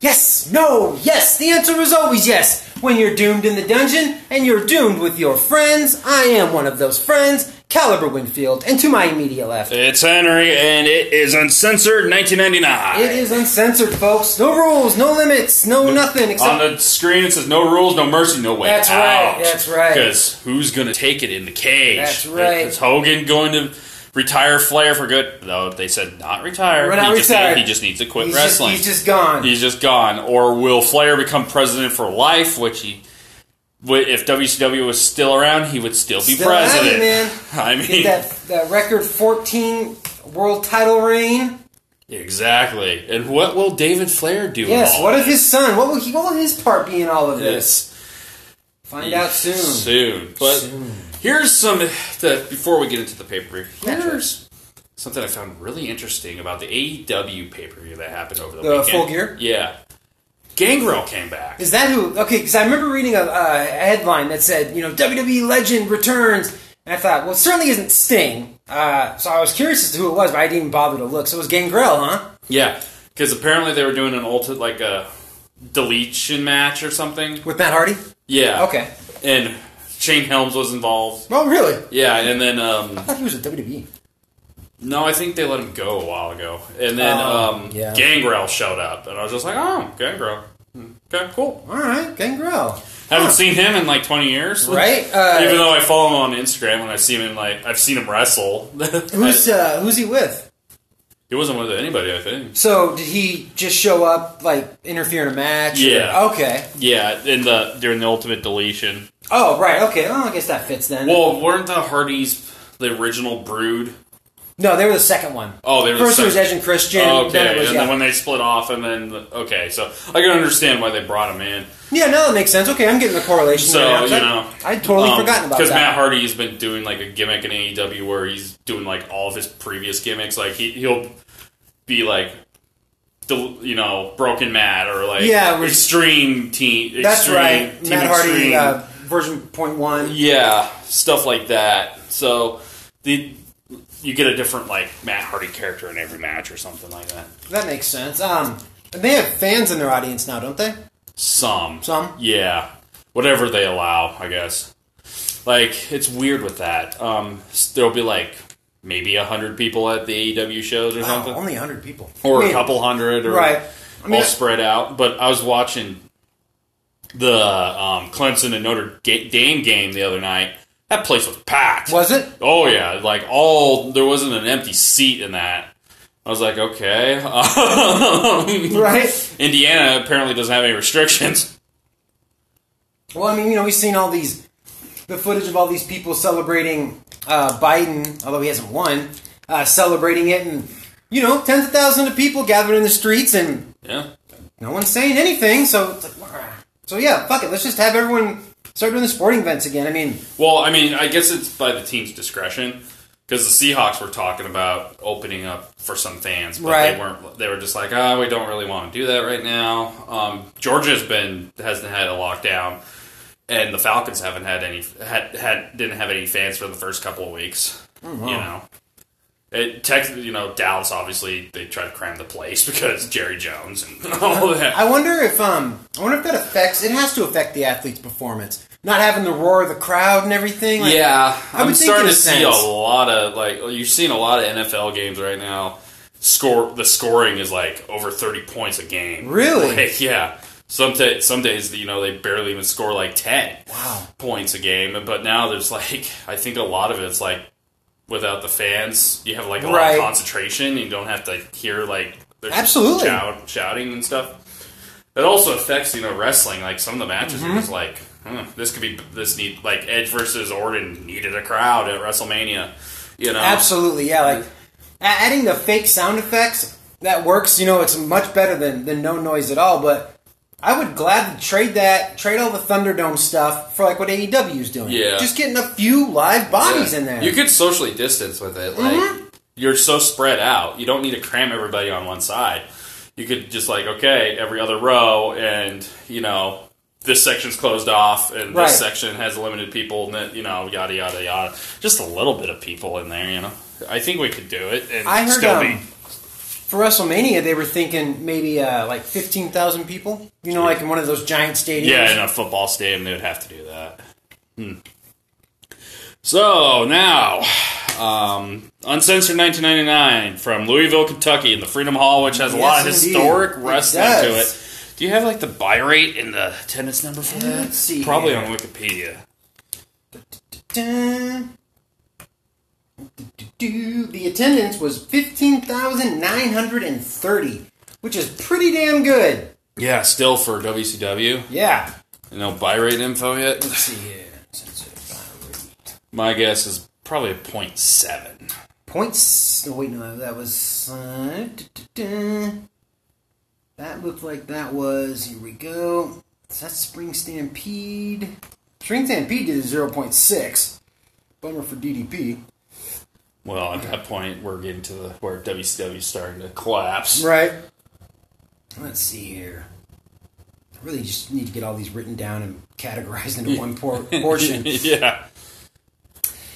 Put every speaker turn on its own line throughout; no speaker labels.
Yes, no, yes. The answer is always yes. When you're doomed in the dungeon, and you're doomed with your friends, I am one of those friends, Caliber Winfield, and to my immediate left.
It's Henry, and it is uncensored 1999.
It is uncensored, folks. No rules, no limits, no nothing
On
except
the screen, it says no rules, no mercy, no way
That's right,
out.
that's right.
Because who's going to take it in the cage?
That's right.
Is Hogan going to retire Flair for good? Though they said not retire.
We're not
he, just,
retired.
he just needs to quit
he's, just,
wrestling.
he's just gone.
He's just gone. Or will Flair become president for life? Which he, wi- if WCW was still around, he would still be
Still
president.
at it, man.
I mean,
Get that, that record 14 world title reign.
exactly. And what will David Flair do?
Yes,
in all
what if his son? What will, he, what will his part be in all of this?
this?
Find out soon.
Soon. But here's some the, before we get into the pay per view.
Yeah, sure.
Here's something I found really interesting about the AEW pay per view that happened over the,
The
weekend.
Full Gear?
Yeah. Gangrel came back.
Is that who? Okay, because I remember reading a, a headline that said, you know, WWE legend returns, and I thought, well, it certainly isn't Sting. Uh, so I was curious as to who it was, but I didn't even bother to look. So it was Gangrel, huh?
Yeah, because apparently they were doing an ulti like a deletion match or something.
With Matt Hardy?
Yeah.
Okay.
And Shane Helms was involved.
Oh, really? I
Yeah, and then um,
thought he was a WWE.
no, I think they let him go a while ago. And then
Oh,
um,
yeah.
Gangrel showed up, and I was just like, oh, Gangrel. Okay, cool.
All right, Gangrel.
Haven't
Huh.
seen him in like 20 years,
Right? Uh,
Even though I follow him on Instagram, when I see him, in, like I've seen him wrestle.
Who's uh, who's he with?
he wasn't with anybody, I think.
So did he just show up, like interfere in a match? or-
Yeah.
okay.
Yeah, in the during the Ultimate Deletion.
Oh, right. Okay. Well, I guess that fits then.
Well, weren't the Hardys the original Brood?
no, they were the second one.
Oh, they were the
first. was
second-
Edge and Christian.
Oh, okay,
Then it was,
and
yeah.
then when they split off, and then okay, so I can understand why they brought him in.
Yeah, no, that makes sense. Okay, I'm getting the correlation.
So,
right now, 'cause
you
I-
know,
I would totally forgotten about
because
that.
Matt Hardy has been doing like a gimmick in AEW where he's doing like all of his previous gimmicks. Like he he'll be like, del- you know, broken Matt or like
Yeah, we're-
extreme team.
That's
extreme,
right,
Team
Matt Hardy
Extreme.
uh, version point one.
yeah, stuff like that. So the you get a different like Matt Hardy character in every match or something like that.
That makes sense. Um, and they have fans in their audience now, don't they?
Some.
Some?
Yeah. Whatever they allow, I guess. Like, it's weird with that. Um, s- there'll be like maybe a hundred people at the AEW shows or
Wow,
something.
only hundred people,
or
I
a
mean,
couple hundred or
Right. I mean,
all spread out. But I was watching the um, Clemson and Notre Ga- Dame game the other night. That place was packed.
Was it?
Oh yeah, like all there wasn't an empty seat in that. I was like, okay,
Right.
Indiana apparently doesn't have any restrictions.
Well, I mean, you know, we've seen all these the footage of all these people celebrating uh, Biden, although he hasn't won, uh, celebrating it, and you know, tens of thousands of people gathered in the streets and
Yeah.
no one's saying anything, so it's like, "Wah." so yeah, fuck it. Let's just have everyone start doing the sporting events again. I mean,
Well, I mean, I guess it's by the team's discretion because the Seahawks were talking about opening up for some fans, but
Right.
they weren't. They were just like, "Oh, we don't really want to do that right now." Um, Georgia's been hasn't had a lockdown, and the Falcons haven't had any had, had didn't have any fans for the first couple of weeks. You know. It, Tex, you know, Dallas obviously they tried to cram the place because Jerry Jones and all that.
I wonder if um, I wonder if that affects. It has to affect the athlete's performance. Not having the roar of the crowd and everything. like-
Yeah,
I would
I'm
think
starting
in a
to see a
sense.
lot of like you're seeing a lot of NFL games right now. Score the scoring is like over 30 points a game.
Really?
Like, yeah. Some ta some days you know they barely even score like 10
Wow.
points a game, but now there's like I think a lot of it's like without the fans, you have like a lot
Right.
of concentration. You don't have to hear like there's
Absolutely.
shout, shouting and stuff. It also affects you know wrestling. Like some of the matches
Mm-hmm.
are just like hmm, this could be this need like Edge versus Orton needed a crowd at WrestleMania. You know,
Absolutely, yeah. Like a- adding the fake sound effects that works. You know, it's much better than than no noise at all. But I would gladly trade that, trade all the Thunderdome stuff for like what AEW is doing.
Yeah.
just getting a few live bodies in there.
You could socially distance with it. Like
Mm-hmm.
you're so spread out, you don't need to cram everybody on one side. You could just like okay, every other row, and you know this section's closed off, and
Right.
this section has limited people, and then, you know yada yada yada. Just a little bit of people in there, you know. I think we could do it and
I heard
still
um,
be
for WrestleMania, they were thinking maybe uh, like fifteen thousand people. You know, like in one of those giant stadiums.
Yeah, in a football stadium, they would have to do that. Hmm. So now, um, uncensored 1999 from Louisville, Kentucky, in the Freedom Hall, which has a lot of
Yes, indeed.
historic
It
wrestling
does.
to it. Do you have like the buy rate and the attendance number for that?
Let's see
Probably
here.
on Wikipedia.
Dun. Do-do-do. The attendance was 15,930, which is pretty damn good.
Yeah, still for WCW.
Yeah.
No buy rate info yet.
Let's see here. Censored by rate.
My guess is probably a point seven.
Points. Oh, wait, no, that was. Uh, du-du-du. that looked like that was. Here we go. So that's Spring Stampede. Spring Stampede did a 0.6. Bummer for DDP.
Well, at that point, we're getting to the where WCW's starting to collapse.
Right. Let's see here. I really just need to get all these written down and categorized into one por- portion.
yeah.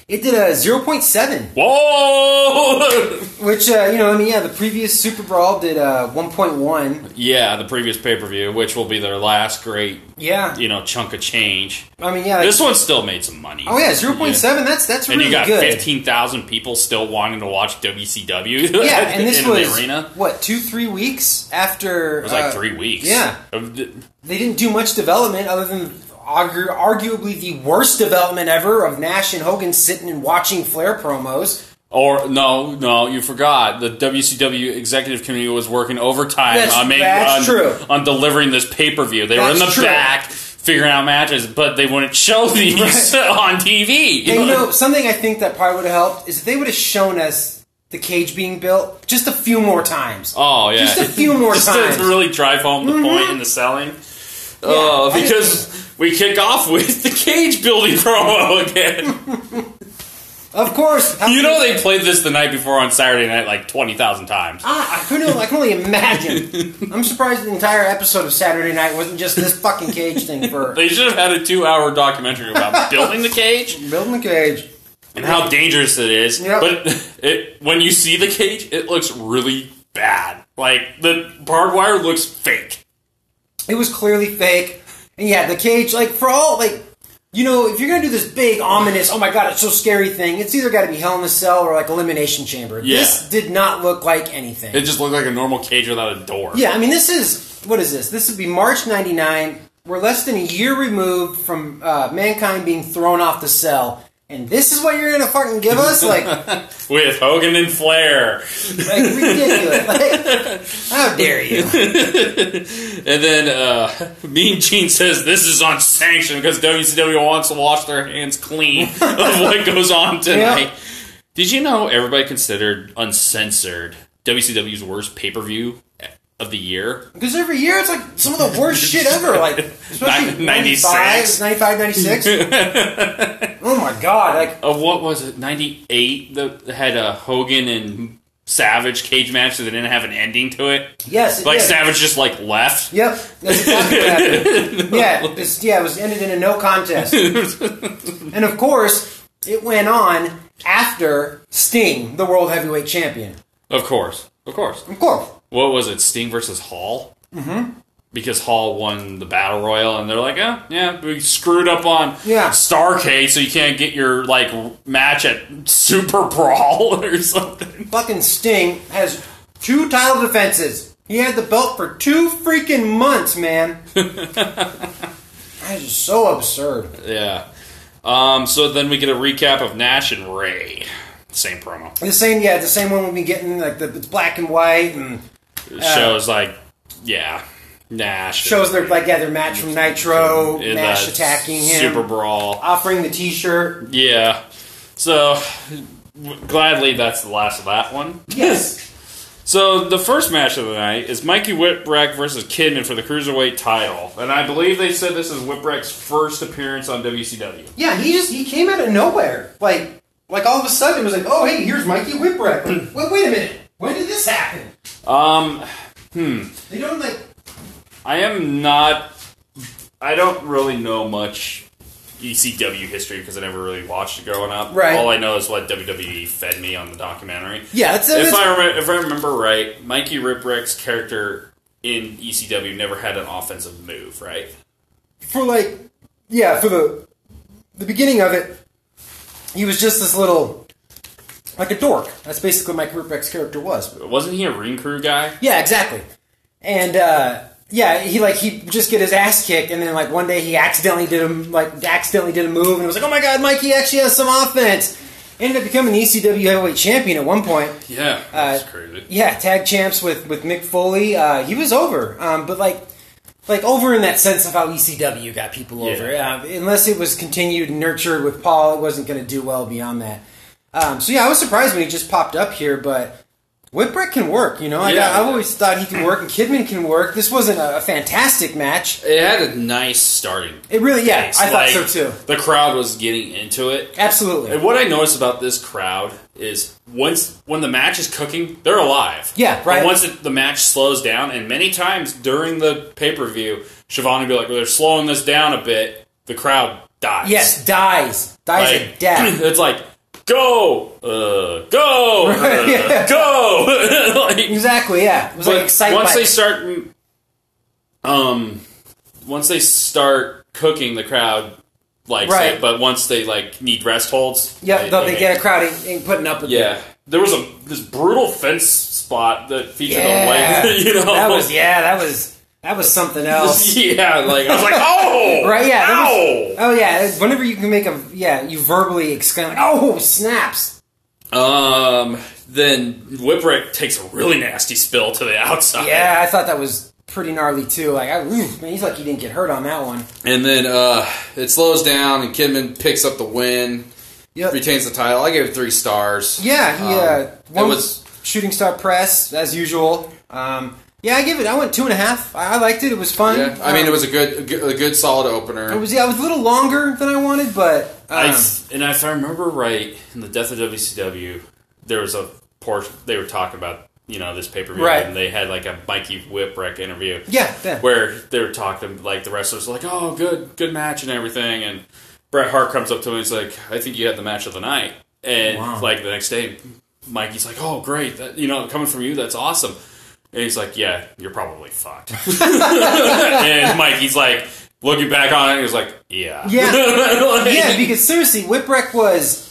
It did a 0.7,
Whoa!
which, uh, you know, I mean, yeah, the previous Super Brawl did uh, 1.1.
yeah, the previous pay per view, which will be their last great,
Yeah.
you know, chunk of change.
I mean, yeah. like-
This one still made some money.
oh, yeah, 0.7. That's that's
And
really
you got
good.
fifteen thousand people still wanting to watch WCW.
yeah, and this
in
was,
the arena.
what, two, three weeks after.
It was like
uh,
three weeks.
yeah.
Of the-
They didn't do much development other than argu- arguably the worst development ever of Nash and Hogan sitting and watching Flair promos.
Or no, no, you forgot. The WCW executive committee was working overtime
That's-
on, make,
that's
on,
true.
on delivering this pay per view. They were in
That's
the
true.
back figuring out matches, but they wouldn't show these on
And
TV.
you know, something I think that probably would have helped is if they would have shown us the cage being built just a few more times.
oh yeah,
Just a few more
Just
times. Mm-hmm.
to really drive home the point in the selling. Oh,
I
because we kick off with the cage building promo again.
Of course. how
you
can-
know they played this the night before on Saturday night like twenty thousand times.
Ah, I couldn't. I can only imagine. I'm surprised the entire episode of Saturday Night wasn't just this fucking cage thing for
They should have had a two-hour documentary about building the cage.
building the cage.
and how dangerous it is.
Yep.
But it when you see the cage, it looks really bad. Like the barbed wire looks fake.
It was clearly fake. And yeah, the cage, like for all like, you know, if you're gonna do this big ominous, oh my god, it's so scary thing, it's either got to be Hell in a Cell or like Elimination Chamber.
Yeah.
This did not look like anything.
It just looked like a normal cage without a door.
Yeah, I mean, this is what is this? This would be March '99. We're less than a year removed from uh, mankind being thrown off the cell, and this is what you're gonna fucking give us? Like, like
With Hogan and Flair.
ridiculous! Like, how dare you?
And then uh, Mean Gene says this is on sanction because WCW wants to wash their hands clean of what goes on tonight.
Yeah.
Did you know everybody considered uncensored WCW's worst pay per view of the year?
Because every year it's like some of the worst shit ever. Like, especially
Nin- 96.
95, 95, 96. oh my god! Like,
of what was it, 98 that had a Hogan and Savage cage match that didn't have an ending to it?
yes, it
Like
did.
Savage just like left.
Yep, that's exactly what happened. Yeah, this, yeah, it was ended in a no contest. and of course, it went on after Sting, the World Heavyweight Champion.
Of course. Of course.
Of course.
What was it, Sting versus Hall? Mm-hmm. Because Hall won the Battle Royal and they're like, oh, yeah, we screwed up on
Yeah.
Starcade so you can't get your like match at Super Brawl or something.
Fucking Sting has two title defenses. He had the belt for two freaking months, man. that is so absurd.
Yeah. Um, so then we get a recap of Nash and Ray. Same promo.
The same, yeah, the same one we've been getting, like, the, it's black and white and
shows like yeah Nash
Uh, shows their, like, yeah, their match from Nitro,
in
Nash
the
attacking him,
Super Brawl
offering the t shirt.
yeah so w- gladly that's the last of that one
Yes.
so the first match of the night is Mikey Whipwreck versus Kidman for the Cruiserweight title and I believe they said this is Whipwreck's first appearance on WCW
yeah, he just he came out of nowhere. Like like all of a sudden it was like, oh hey, here's Mikey Whipwreck. Like, wait, wait a minute. When did this happen?
um
They don't like
I am not I don't really know much ECW history because I never really watched it growing up.
Right.
All I know is what WWE fed me on the documentary.
Yeah, it's,
If
it's-
I remember, if I remember right, Mikey Ribrick's character in ECW never had an offensive move, right?
for like yeah for the the beginning of it he was just this little like a dork that's basically what mike Rubek's character was
Wasn't he a ring crew guy?
yeah exactly and uh yeah he like he would just get his ass kicked and then like one day he accidentally did a like accidentally did a move and it was like oh my god mikey actually has some offense ended up becoming the ecw heavyweight champion at one point
Yeah, that's crazy.
yeah, tag champs with with Mick Foley. Uh, he was over, um, but like like over in that sense of how ECW got people
Yeah.
over. Uh, unless it was continued and nurtured with Paul, it wasn't going to do well beyond that. Um, so yeah, I was surprised when he just popped up here, but. Whitbread can work, you know. I,
Yeah.
I always thought he can work, and Kidman can work. This wasn't a, a fantastic match.
It had a nice starting.
It really, yeah,
place.
I thought
Like,
so too.
The crowd was getting into it.
Absolutely,
And what I noticed about this crowd is once when the match is cooking, they're alive.
Yeah, right.
But once it, the match slows down, and many times during the pay per view, Shivani would be like, well, "They're slowing this down a bit." The crowd dies.
yes, dies, dies
like,
a death.
It's like go, uh, go, uh, go. like,
exactly, yeah. It was
but
like excitement.
once
by-
they start, um, once they start cooking, the crowd likes
Right.
it. But once they like need rest holds,
yeah,
they,
though
they
they
hate
get
it.
a crowd ain't, ain't putting up with it.
Yeah, there was a this brutal fence spot that featured
Yeah.
a leg. You know,
That was yeah. That was that was something else.
yeah. Like I was like, oh,
Right? Yeah. that
ow!
was- oh yeah. Whenever you can make a yeah, you verbally exclaim, like, "Oh snaps!"
Um, then Whipwreck takes a really nasty spill to the outside.
Yeah, I thought that was pretty gnarly too. Like, I, oof, man, he's lucky he didn't get hurt on that one.
And then uh, it slows down, and Kidman picks up the win,
Yep.
retains the title. I gave it three stars.
Yeah, he
Um,
uh, one
it was
shooting star press as usual. Um, yeah, I give it. I went two and a half. I, I liked it. It was fun.
yeah. I mean, it
Um,
was a good, a good, a good solid opener.
It was yeah. It was a little longer than I wanted, but
I
um,
f- and if I remember right, in the death of WCW, there was a portion they were talking about, you know, this pay per view,
Right.
and they had like a Mikey Whipwreck interview,
yeah, yeah.
where they were talking like the wrestlers, were like, oh, good, good match and everything, and Bret Hart comes up to him and he's like, I think you had the match of the night, and
Wow.
like the next day, Mikey's like, oh, great, that, you know, coming from you, that's awesome, and he's like, yeah, you're probably fucked, and Mikey's like. Looking back on it, he was like, "Yeah,
Yeah.
Like-
yeah, because seriously, Whipwreck was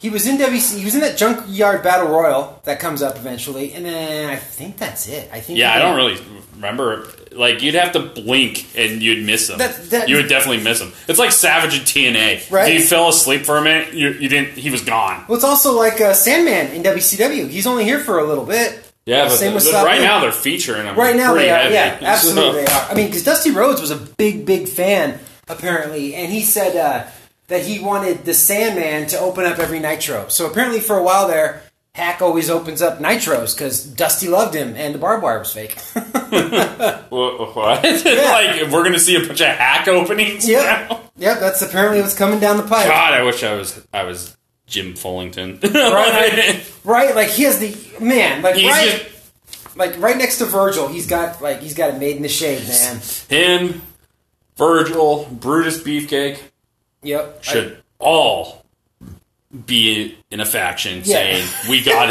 he was in WC he was in that junkyard battle royal that comes up eventually, and then I think that's it. I think
Yeah, I don't really remember. Like you'd have to blink and you'd miss them.
That- that-
you would definitely miss them. It's like Savage and TNA.
Right.
You fell asleep for a minute. You, you didn't. He was gone.
Well, it's also like uh, Sandman in WCW. He's only here for a little bit.
Yeah, but,
Same
the-
with
but
Sal-
right now they're featuring him.
Right now
pretty
they are.
heavy.
Yeah, absolutely they
So-
are. I mean, because Dusty Rhodes was a big, big fan apparently, and he said uh, that he wanted the Sandman to open up every Nitro. So apparently, for a while there. Hack always opens up nitros because Dusty loved him and the barbed wire was fake.
Wha- What? like we're gonna see a bunch of hack openings.
Yep.
now?
yep, that's apparently what's coming down the pipe.
God, I wish I was. I was Jim Fullington.
Right. Right? Like he has the man, like
He's
right
just
like right next to Virgil, he's got like he's got it made in the shade, man.
him, Virgil, Brutus Beefcake.
Yep.
should all be in a faction
Yeah.
saying we got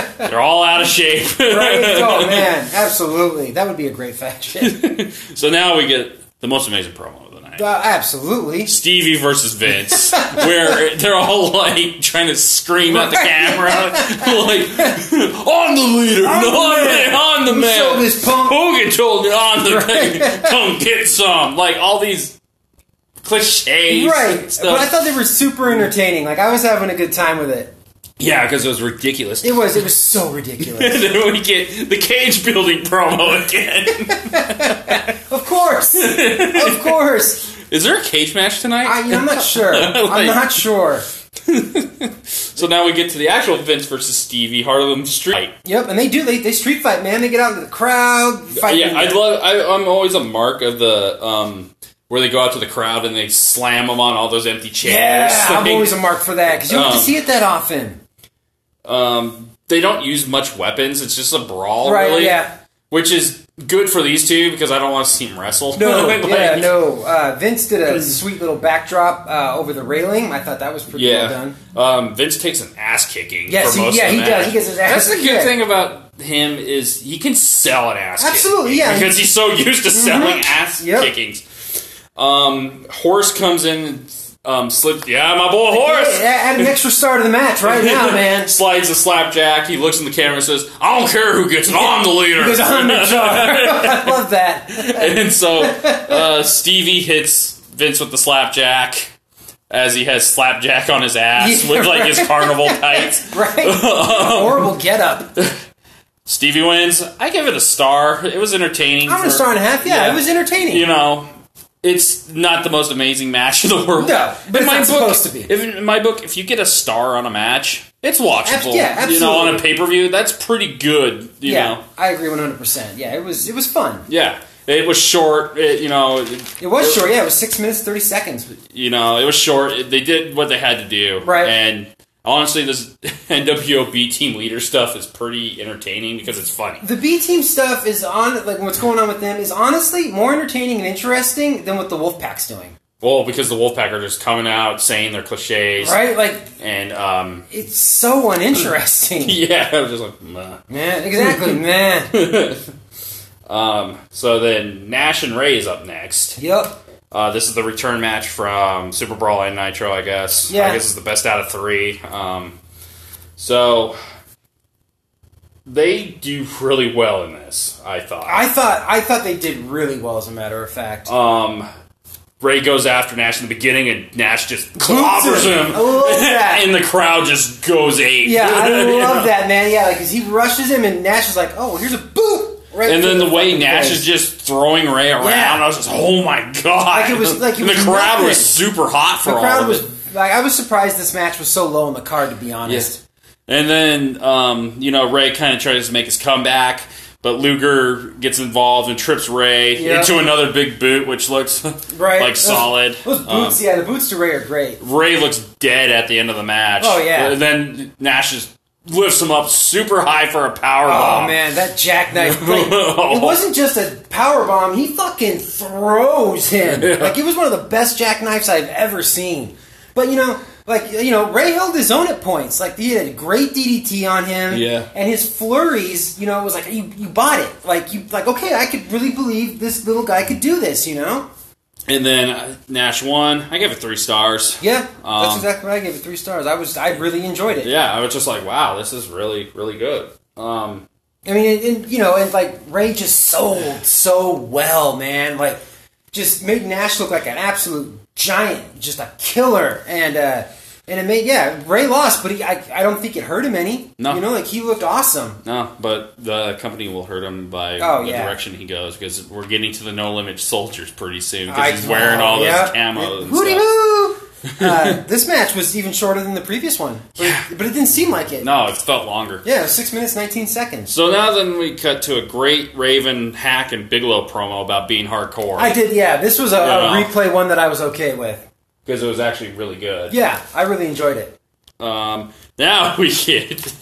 easy. They're all out of shape.
Right? Oh man, absolutely. That would be a great faction.
so now we get the most amazing promo of the night.
Uh, absolutely.
Stevie versus Vince, where they're all like trying to scream at the
Right.
camera, like "I'm the leader, I'm,
the
the,
man.
I'm the
You
man."
showed this punk-
Hogan told me I'm the man. Come get some, like all these cliches,
Right.
Stuff.
But I thought they were super entertaining. Like I was having a good time with it.
yeah, because it was ridiculous.
It was it was so ridiculous.
And then we get the cage building promo again.
of course. Of course.
Is there a cage match tonight?
I, I'm not sure. I'm
Like-
not sure.
so now we get to the actual Vince versus Stevie Harlem Street.
Yep, and they do. They, they street fight, man. They get out into the crowd. Fight
Yeah, I love. I, I'm always a mark of the um, where they go out to the crowd and they slam them on all those empty chairs.
Yeah, I'm
Like,
always a mark for that because you don't get
Um,
to see it that often,
um, they don't use much weapons. It's just a brawl,
right?
really.
Yeah,
Which is good for these two because I don't want to see them wrestle.
No,
Like,
yeah, no. Uh, Vince did a sweet little backdrop uh, over the railing. I thought that was pretty well
Yeah.
done.
Um, Vince takes an ass kicking.
Yes,
for
he-
most
yeah,
of the
he
match.
does. He gets his ass
That's the good
kicked.
thing about him is he can sell an ass. kicking
Absolutely, yeah. Mm-hmm.
because he's so used to selling ass
Yep.
kickings. Um, Horse comes in, um, slips. Yeah, my boy, Horse.
Yeah, add an extra star to the match right now, man.
Slides a slapjack. He looks in the camera and says, "I don't care who gets it. I'm the leader."
Because I'm the jar. I love that.
and so uh, Stevie hits Vince with the slapjack as he has slapjack on his ass
Yeah,
with like his carnival tights.
Right? Horrible get up.
Stevie wins. I give it a star. It was entertaining.
I'm a
for-
star and a half. Yeah, it was entertaining.
You know, it's not the most amazing match in the world.
No, but it's
In my
not
book,
supposed to be.
If, in my book, if you get a star on a match, it's watchable.
Ab- yeah,
You know, on a
absolutely.
pay per view, that's pretty good. You
yeah,
know,
I agree 100. percent Yeah, it was it was fun.
yeah. It was short. It, you know, it-
It was short. Yeah, it was six minutes thirty seconds.
you know, it was short. They did what they had to do.
Right.
And honestly, this NWOB team leader stuff is pretty entertaining because it's funny.
The B team stuff is on like what's going on with them is honestly more entertaining and interesting than what the Wolfpack's doing.
Well, because the Wolfpack are just coming out saying their cliches.
Right? Like
And, um,
it's so uninteresting.
yeah, I was just like, Meh.
Man, exactly. Man.
Um, so then Nash and Ray is up next.
Yep.
Uh, this is the return match from Super Brawl and Nitro, I guess.
Yeah.
I guess it's the best out of three. Um, so they do really well in this, I thought.
I thought I thought they did really well. As a matter of fact,
Um, Ray goes after Nash in the beginning, and Nash just clobbers
him.
him.
I love that.
and the crowd just goes ape.
yeah, I
You know?
love that man. Yeah, like 'cause he rushes him, and Nash is like, "Oh, here's a boot!" Right.
And
through
then the way
fucking
Nash
face.
is just throwing Ray around,
Yeah.
I was just, oh my god!
Like it was- like it
And
was
the crowd was
nothing.
super hot for
the
all
crowd
of
was
it.
like, I was surprised this match was so low on the card. To be honest,
And then um, you know Ray kind of tries to make his comeback, but Luger gets involved and trips Ray
Yeah.
into another big boot, which looks
right?
like
Those-
solid.
Those
Um,
boots, yeah, the boots to Ray are great.
Ray looks dead at the end of the match.
Oh, yeah.
And then Nash just lifts him up super high for a power
Oh
bomb.
man, that jackknife! Like, it wasn't just a power bomb; he fucking throws him. Like it was one of the best jackknifes I've ever seen. But you know, like you know, Ray held his own at points. Like he had a great DDT on him.
Yeah.
and his flurries, you know, it was like you you bought it. Like you like okay, I could really believe this little guy could do this. You know?
And then uh, Nash won. I gave it three stars.
Yeah, that's
Um,
exactly what I gave it three stars. I was I really enjoyed it.
Yeah, I was just like, wow, this is really, really good. Um,
I mean, and, and, you know, and like Ray just sold so well, man. Like, just made Nash look like an absolute giant, just a killer. And uh, and it made yeah, Ray lost, but he I, I don't think it hurt him any.
No.
you know, like he looked awesome.
no, but the company will hurt him by
Oh,
the
yeah.
direction he goes because we're getting to the No Limit Soldiers pretty soon
I-
because he's wearing all those
yeah.
camos. And
Hooty
stuff.
hoo! uh, this match was even shorter than the previous one, but, but it didn't seem like it.
No, it felt longer.
Yeah, it was six minutes nineteen seconds.
So now then we cut to a great Raven hack and Bigelow promo about being hardcore.
I did, yeah. This was a, a
Yeah.
replay one that I was okay with.
because it was actually really good.
Yeah, I really enjoyed it.
Um, now we get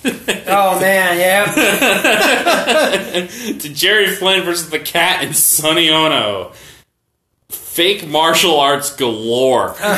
Oh man, yeah,
to Jerry Flynn versus the Cat and Sonny Ono. Fake martial arts galore.
yeah.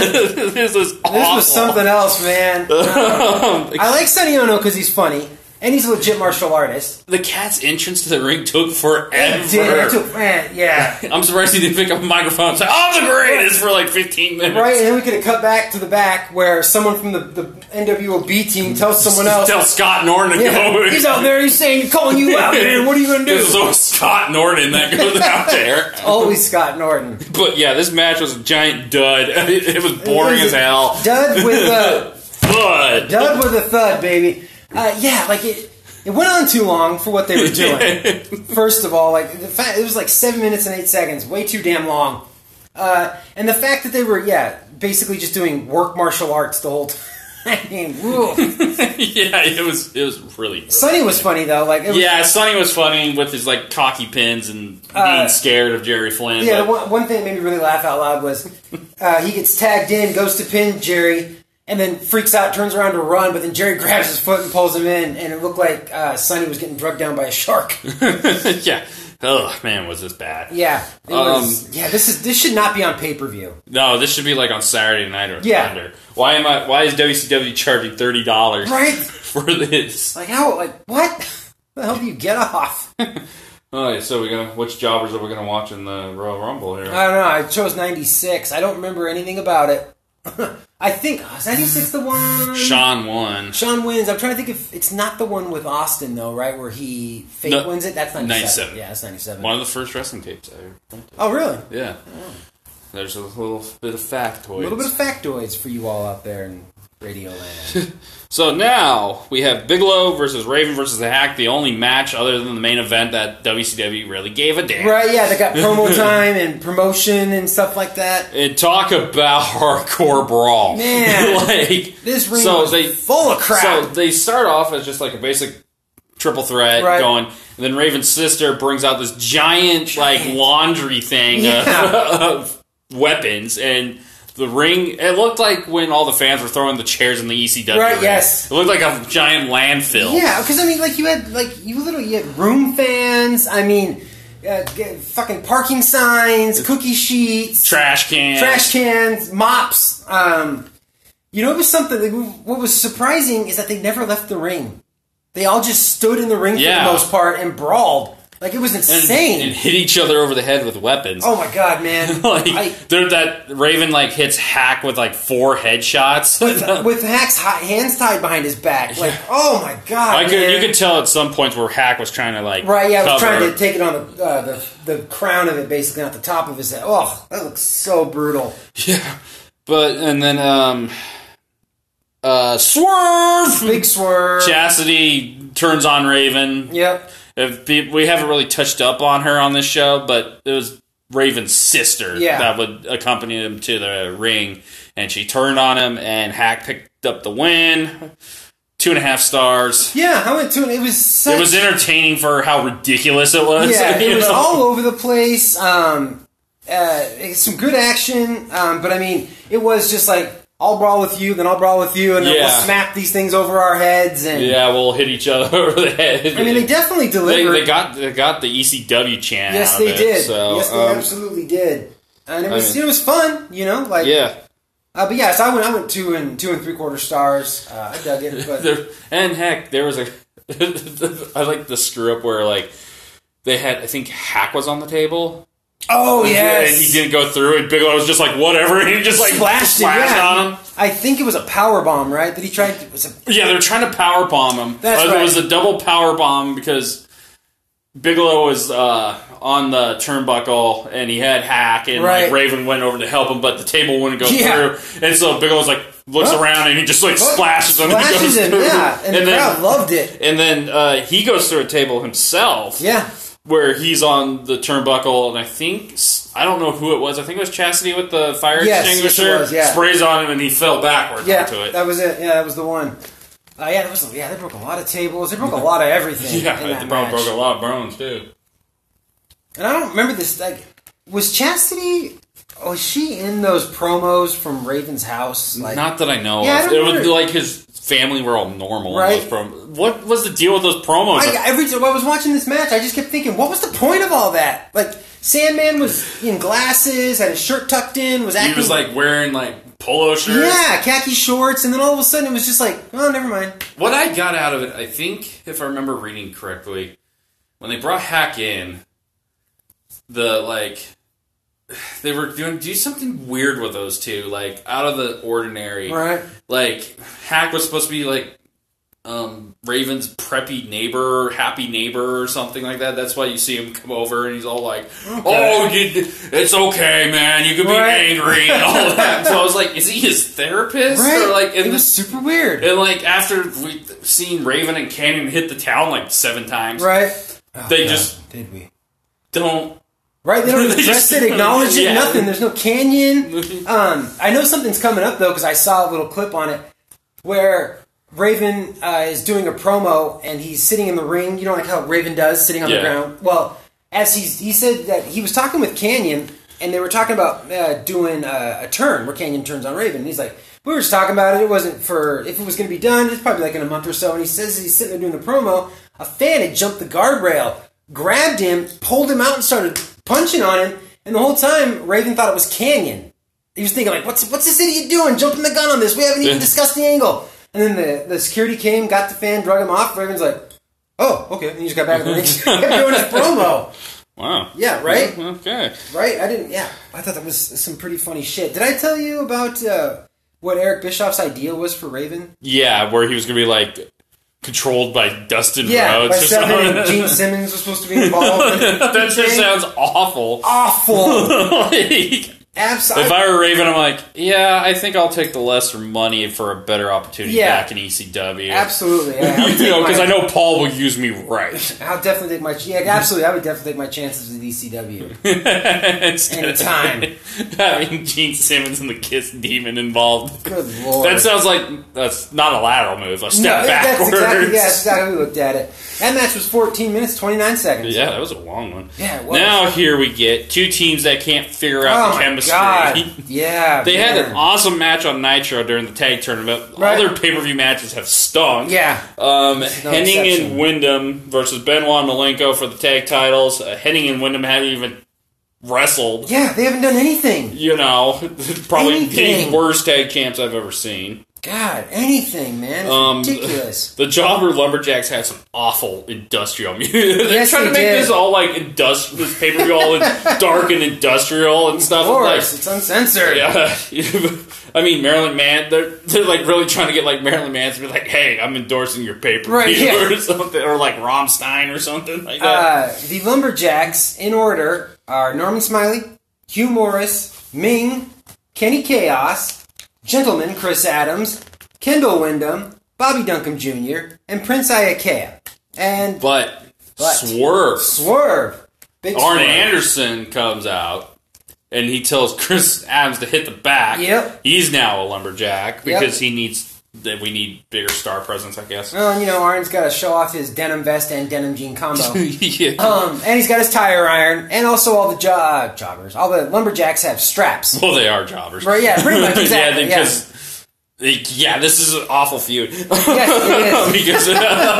this is awful.
This was something else, man. I like Sonny Ono because he's funny and he's a legit martial artist.
The cat's entrance to the ring took
Dude, I
forever.
took- man, yeah.
I'm surprised he didn't pick up a microphone and say, "I'm the greatest" for like 15 minutes.
Right, and then we could have cut back to the back where someone from the, the NWOB team tells someone else,
Tell Scott Norton to go.
yeah, he's out there, he's saying, calling you out, man. What are you going to do?
There's always Scott Norton that goes out there.
Always Scott Norton.
But yeah, this match was a giant dud. It, it was boring as hell.
Dud with uh, a
Dud.
dud with a thud, baby. Uh, yeah, like it. It went on too long for what they were doing. First of all, like the fact it was like seven minutes and eight seconds, way too damn long. Uh, and the fact that they were, yeah, basically just doing work martial arts the whole time. Woo.
yeah, it was it was really. really
Sonny was funny though. Like, it was,
yeah, Sonny was funny with his like cocky pins and
Uh,
being scared of Jerry Flynn.
Yeah,
Yeah,
the one, one thing that made me really laugh out loud was uh, he gets tagged in, goes to pin Jerry, and and then freaks out, turns around to run, but then Jerry grabs his foot and pulls him in, and it looked like uh, Sonny was getting drugged down by a shark.
yeah. Oh man, was this bad?
Yeah, it was,
Um,
yeah. This is this should not be on pay per view.
No, this should be like on Saturday night or
Yeah.
Thunder. Why am I? Why is WCW charging thirty dollars
Right?
for this?
Like how? Like what? The hell do you get off? I
All right, so we gonna which jobbers are we gonna watch in the Royal Rumble here?
don't know. I chose '96. I don't remember anything about it. I think oh, is '96 the one.
Sean won.
Sean wins. I'm trying to think if it's not the one with Austin though, right? Where he fake
No.
wins it. That's 97.
97.
Yeah, that's 97.
One of the first wrestling tapes I ever printed.
Oh, really? A
Yeah. There's a little bit of factoids.
little bit of factoids for you all out there in Radio Land.
So now we have Bigelow versus Raven versus the Hack, the only match other than the main event that WCW really gave a damn.
right? Yeah, they got promo time and promotion and stuff like that.
And talk about hardcore brawl.
Man.
like
This ring
So
was
they-
full of crap.
So they start off as just like a basic triple threat
Right.
going, and then Raven's sister brings out this giant, like laundry thing of,
Yeah.
of weapons and. The ring. It looked like when all the fans were throwing the chairs in the ECW.
Right,
ring.
yes.
It looked like a giant landfill.
Yeah, because I mean, like you had like you literally you had room fans. I mean, uh, g- fucking parking signs, cookie sheets,
Trash can.
trash cans, mops. Um, you know, it was something. Like, what was surprising is that they never left the ring. They all just stood in the ring for
Yeah.
the most part and brawled. Like it was
and,
insane.
and hit each other over the head with weapons.
oh my god, man!
like
I-
there that Raven like hits Hack with like four headshots.
with, with Hack's hot hands tied behind his back, like oh my god,
I could
man.
you could tell at some points where Hack was trying to like
Right, yeah, I was
cover.
trying to take it on the, uh, the the crown of it, basically, not the top of his head. Oh, that looks so brutal.
yeah. But and then um uh swerve
Big swerve.
Chastity turns on Raven.
Yep.
If pe- we haven't really touched up on her on this show, but it was Raven's sister
Yeah.
that would accompany him to the ring, and she turned on him, and Hack picked up the win. Two and a half stars.
Yeah, I went to it. It was such.
It was entertaining for how ridiculous it was.
yeah,
you
it was
know?
all over the place. Um, uh, it's some good action, um, but I mean, it was just like I'll brawl with you, then I'll brawl with you, and then we'll
Yeah.
smack these things over our heads. And
yeah, we'll hit each other over the head.
I mean, they definitely
they,
delivered.
they got they got the ECW chant.
yes,
out of
they
it,
did.
So,
yes, they
um,
absolutely did. And it
I
was
mean-
it was fun, you know, like
yeah.
Uh, but yeah, so I went. I went two and two and three quarter stars. Uh, I dug it. But
There, and heck, there was a. I like the screw up where like they had. I think Hack was on the table.
oh
And he didn't go through, and Bigelow was just like whatever, and he just like
splashed it.
splashed
Yeah.
on him.
I think it was a power bomb, right? That he tried. To, was a,
Yeah, they're trying to power bomb him.
That's
uh,
right.
It was a double power bomb because Bigelow was uh, on the turnbuckle and he had Hack and
Right.
like Raven went over to help him, but the table wouldn't go
Yeah.
through, and so Bigelow's like looks
Huh?
around and he just like splashes him. and
Flashes
goes
him,
through.
yeah, and, the crowd
then
loved it.
and then uh, he goes through a table himself.
Yeah,
Where he's on the turnbuckle, and I think I don't know who it was. I think it was Chastity with the fire
Yes, yes, it
extinguisher.
was, yeah.
Sprays on him, and he fell backward
yeah,
onto it.
that was it. Yeah, that was the one. Uh, yeah, that was. Yeah, they broke a lot of tables. They broke a lot of everything.
Yeah,
in
they
that
probably
match.
broke a lot of bones too.
And I don't remember this. Like, was Chastity? Was she in those promos from Raven's house? Like,
Not that I know
Yeah, I
of.
don't
it was
remember.
like his family were all normal.
Right.
Right. Those prom- what was the deal with those promos?
I, every time I was watching this match, I just kept thinking, what was the point of all that? Like, Sandman was in glasses, had his shirt tucked in, was acting.
he was like wearing like polo shirts.
yeah, khaki shorts, and then all of a sudden it was just like, oh, never mind.
What I got out of it, I think, if I remember reading correctly, when they brought Hack in, the like they were doing do something weird with those two, like out of the ordinary.
Right.
Like Hack was supposed to be like um, Raven's preppy neighbor, happy neighbor, or something like that. That's why you see him come over and he's all like, "Oh, you, it's okay, man. You can be
Right.
angry and all that." so I was like, "Is he his therapist?"
Right?
Or like,
it
in
was
this
super weird.
and like after we seen Raven and Canyon hit the town like seven times,
right? Oh,
They just-
Did we?
don't.
Right? They don't
They
address
just-
it, acknowledge it,
Yeah.
nothing. There's no canyon. Um, I know something's coming up, though, because I saw a little clip on it where. Raven uh, is doing a promo and he's sitting in the ring. You know, like how Raven does, sitting on the
Yeah.
ground. Well, as he's, he said that he was talking with Canyon and they were talking about uh, doing uh, a turn where Canyon turns on Raven. And he's like, we were just talking about it. It wasn't for if it was going to be done. It's probably like in a month or so. And he says he's sitting there doing a promo. A fan had jumped the guardrail, grabbed him, pulled him out, and started punching on him. And the whole time, Raven thought it was Canyon. He was thinking like, "What's what's this idiot doing? Jumping the gun on this? We haven't even
Yeah.
discussed the angle." And then the, the security came, got the fan, drug him off. Raven's like, "Oh, okay." And he just got back in the ring, kept doing his promo.
Wow.
Yeah, right?
Okay.
Right? I didn't. Yeah, I thought that was some pretty funny shit. Did I tell you about uh, what Eric Bischoff's idea was for Raven?
Yeah, where he was gonna be like controlled by Dustin
Yeah,
Rhodes.
by
or
seven, and
something.
Gene Simmons was supposed to be involved.
that just sounds awful.
awful.
Like, if
Absolutely.
I were Raven, I'm like, yeah, I think I'll take the lesser money for a better opportunity
Yeah.
back in ECW.
Absolutely. Yeah, I would
you
take
know, because
my-
I know Paul will use me right.
I'll definitely take my yeah, absolutely. I would definitely take my chances with E ECW.
Instead of
Anytime.
having Gene Simmons and the Kiss Demon involved.
Good lord,
That sounds like that's not a lateral move. A step
No,
backwards.
That's exactly, yeah, that's exactly how we looked at it. That match was 14 minutes, 29 seconds.
Yeah, that was a long one.
Yeah, it was.
Now here we get two teams that can't figure out
Oh
the
my
chemistry.
god! Yeah,
They had an
man.
awesome match on Nitro during the tag tournament.
Right.
All their pay per view matches have stung.
yeah.
Um,
no
Henning
exception.
and Wyndham versus Benoit and Malenko for the tag titles. Uh, Henning and Wyndham haven't even wrestled.
Yeah, they haven't done anything.
You know, probably
Anything.
the worst tag camps I've ever seen.
God, anything, man. It's
Um,
ridiculous.
The Jobber Lumberjacks had some awful industrial music. They're
Yes,
trying to
they
make
did.
this all like industrial, this pay per view all in dark and industrial and
Of
stuff. Like,
course, it's uncensored.
Yeah, I mean Marilyn Mann. They're they're like really trying to get like Marilyn Mann to be like, hey, I'm endorsing your paper
Right, yeah.
or something, or like Romstein or something like that.
Uh, the Lumberjacks, in order, are Norman Smiley, Hugh Morris, Ming, Kenny Chaos, Gentleman Chris Adams, Kendall Wyndham, Bobby Duncombe Jr., and Prince Iakea. And
but,
but-
Swerve,
Swerve. Big
Arn
Swerve.
Anderson comes out and he tells Chris Adams to hit the back.
Yep.
he's now a lumberjack
Yep.
because he needs that. We need bigger star presence, I guess.
Well, you know, Arn's got to show off his denim vest and denim jean combo.
yeah.
Um, and he's got his tire iron, and also all the jo- uh, joggers, all the lumberjacks have straps.
Well, they are jobbers.
Right, yeah, pretty much, exactly,
yeah,
yeah.
because yeah. this is an awful feud.
Yes, it is.
because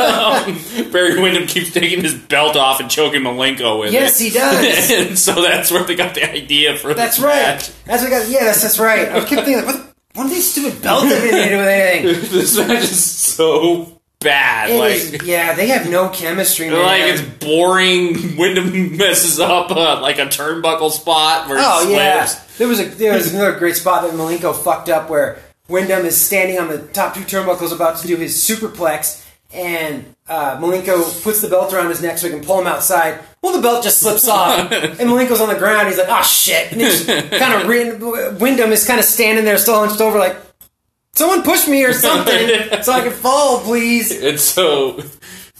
um, Barry Windham keeps taking his belt off and choking Malenko with
Yes,
it.
he does.
and so that's where they got the idea for
That's
this
right.
match.
That's what. Got, yeah, that's that's right. I kept thinking, what, the- what are these stupid belts have anything to do with anything?
This match is so bad.
It
like,
is- yeah, they have no chemistry, man.
like it's boring. Wyndham messes up uh, like a turnbuckle spot where
oh
he
yeah.
slips.
There was a there was another great spot that Malenko fucked up where Wyndham is standing on the top two turnbuckles about to do his superplex, and uh, Malenko puts the belt around his neck so he can pull him outside. Well, the belt just slips off, and Malenko's on the ground. He's like, "Oh shit!" And he's kind of re- Wyndham is kind of standing there, still hunched over, like. Someone push me or something so I can fall, please.
And so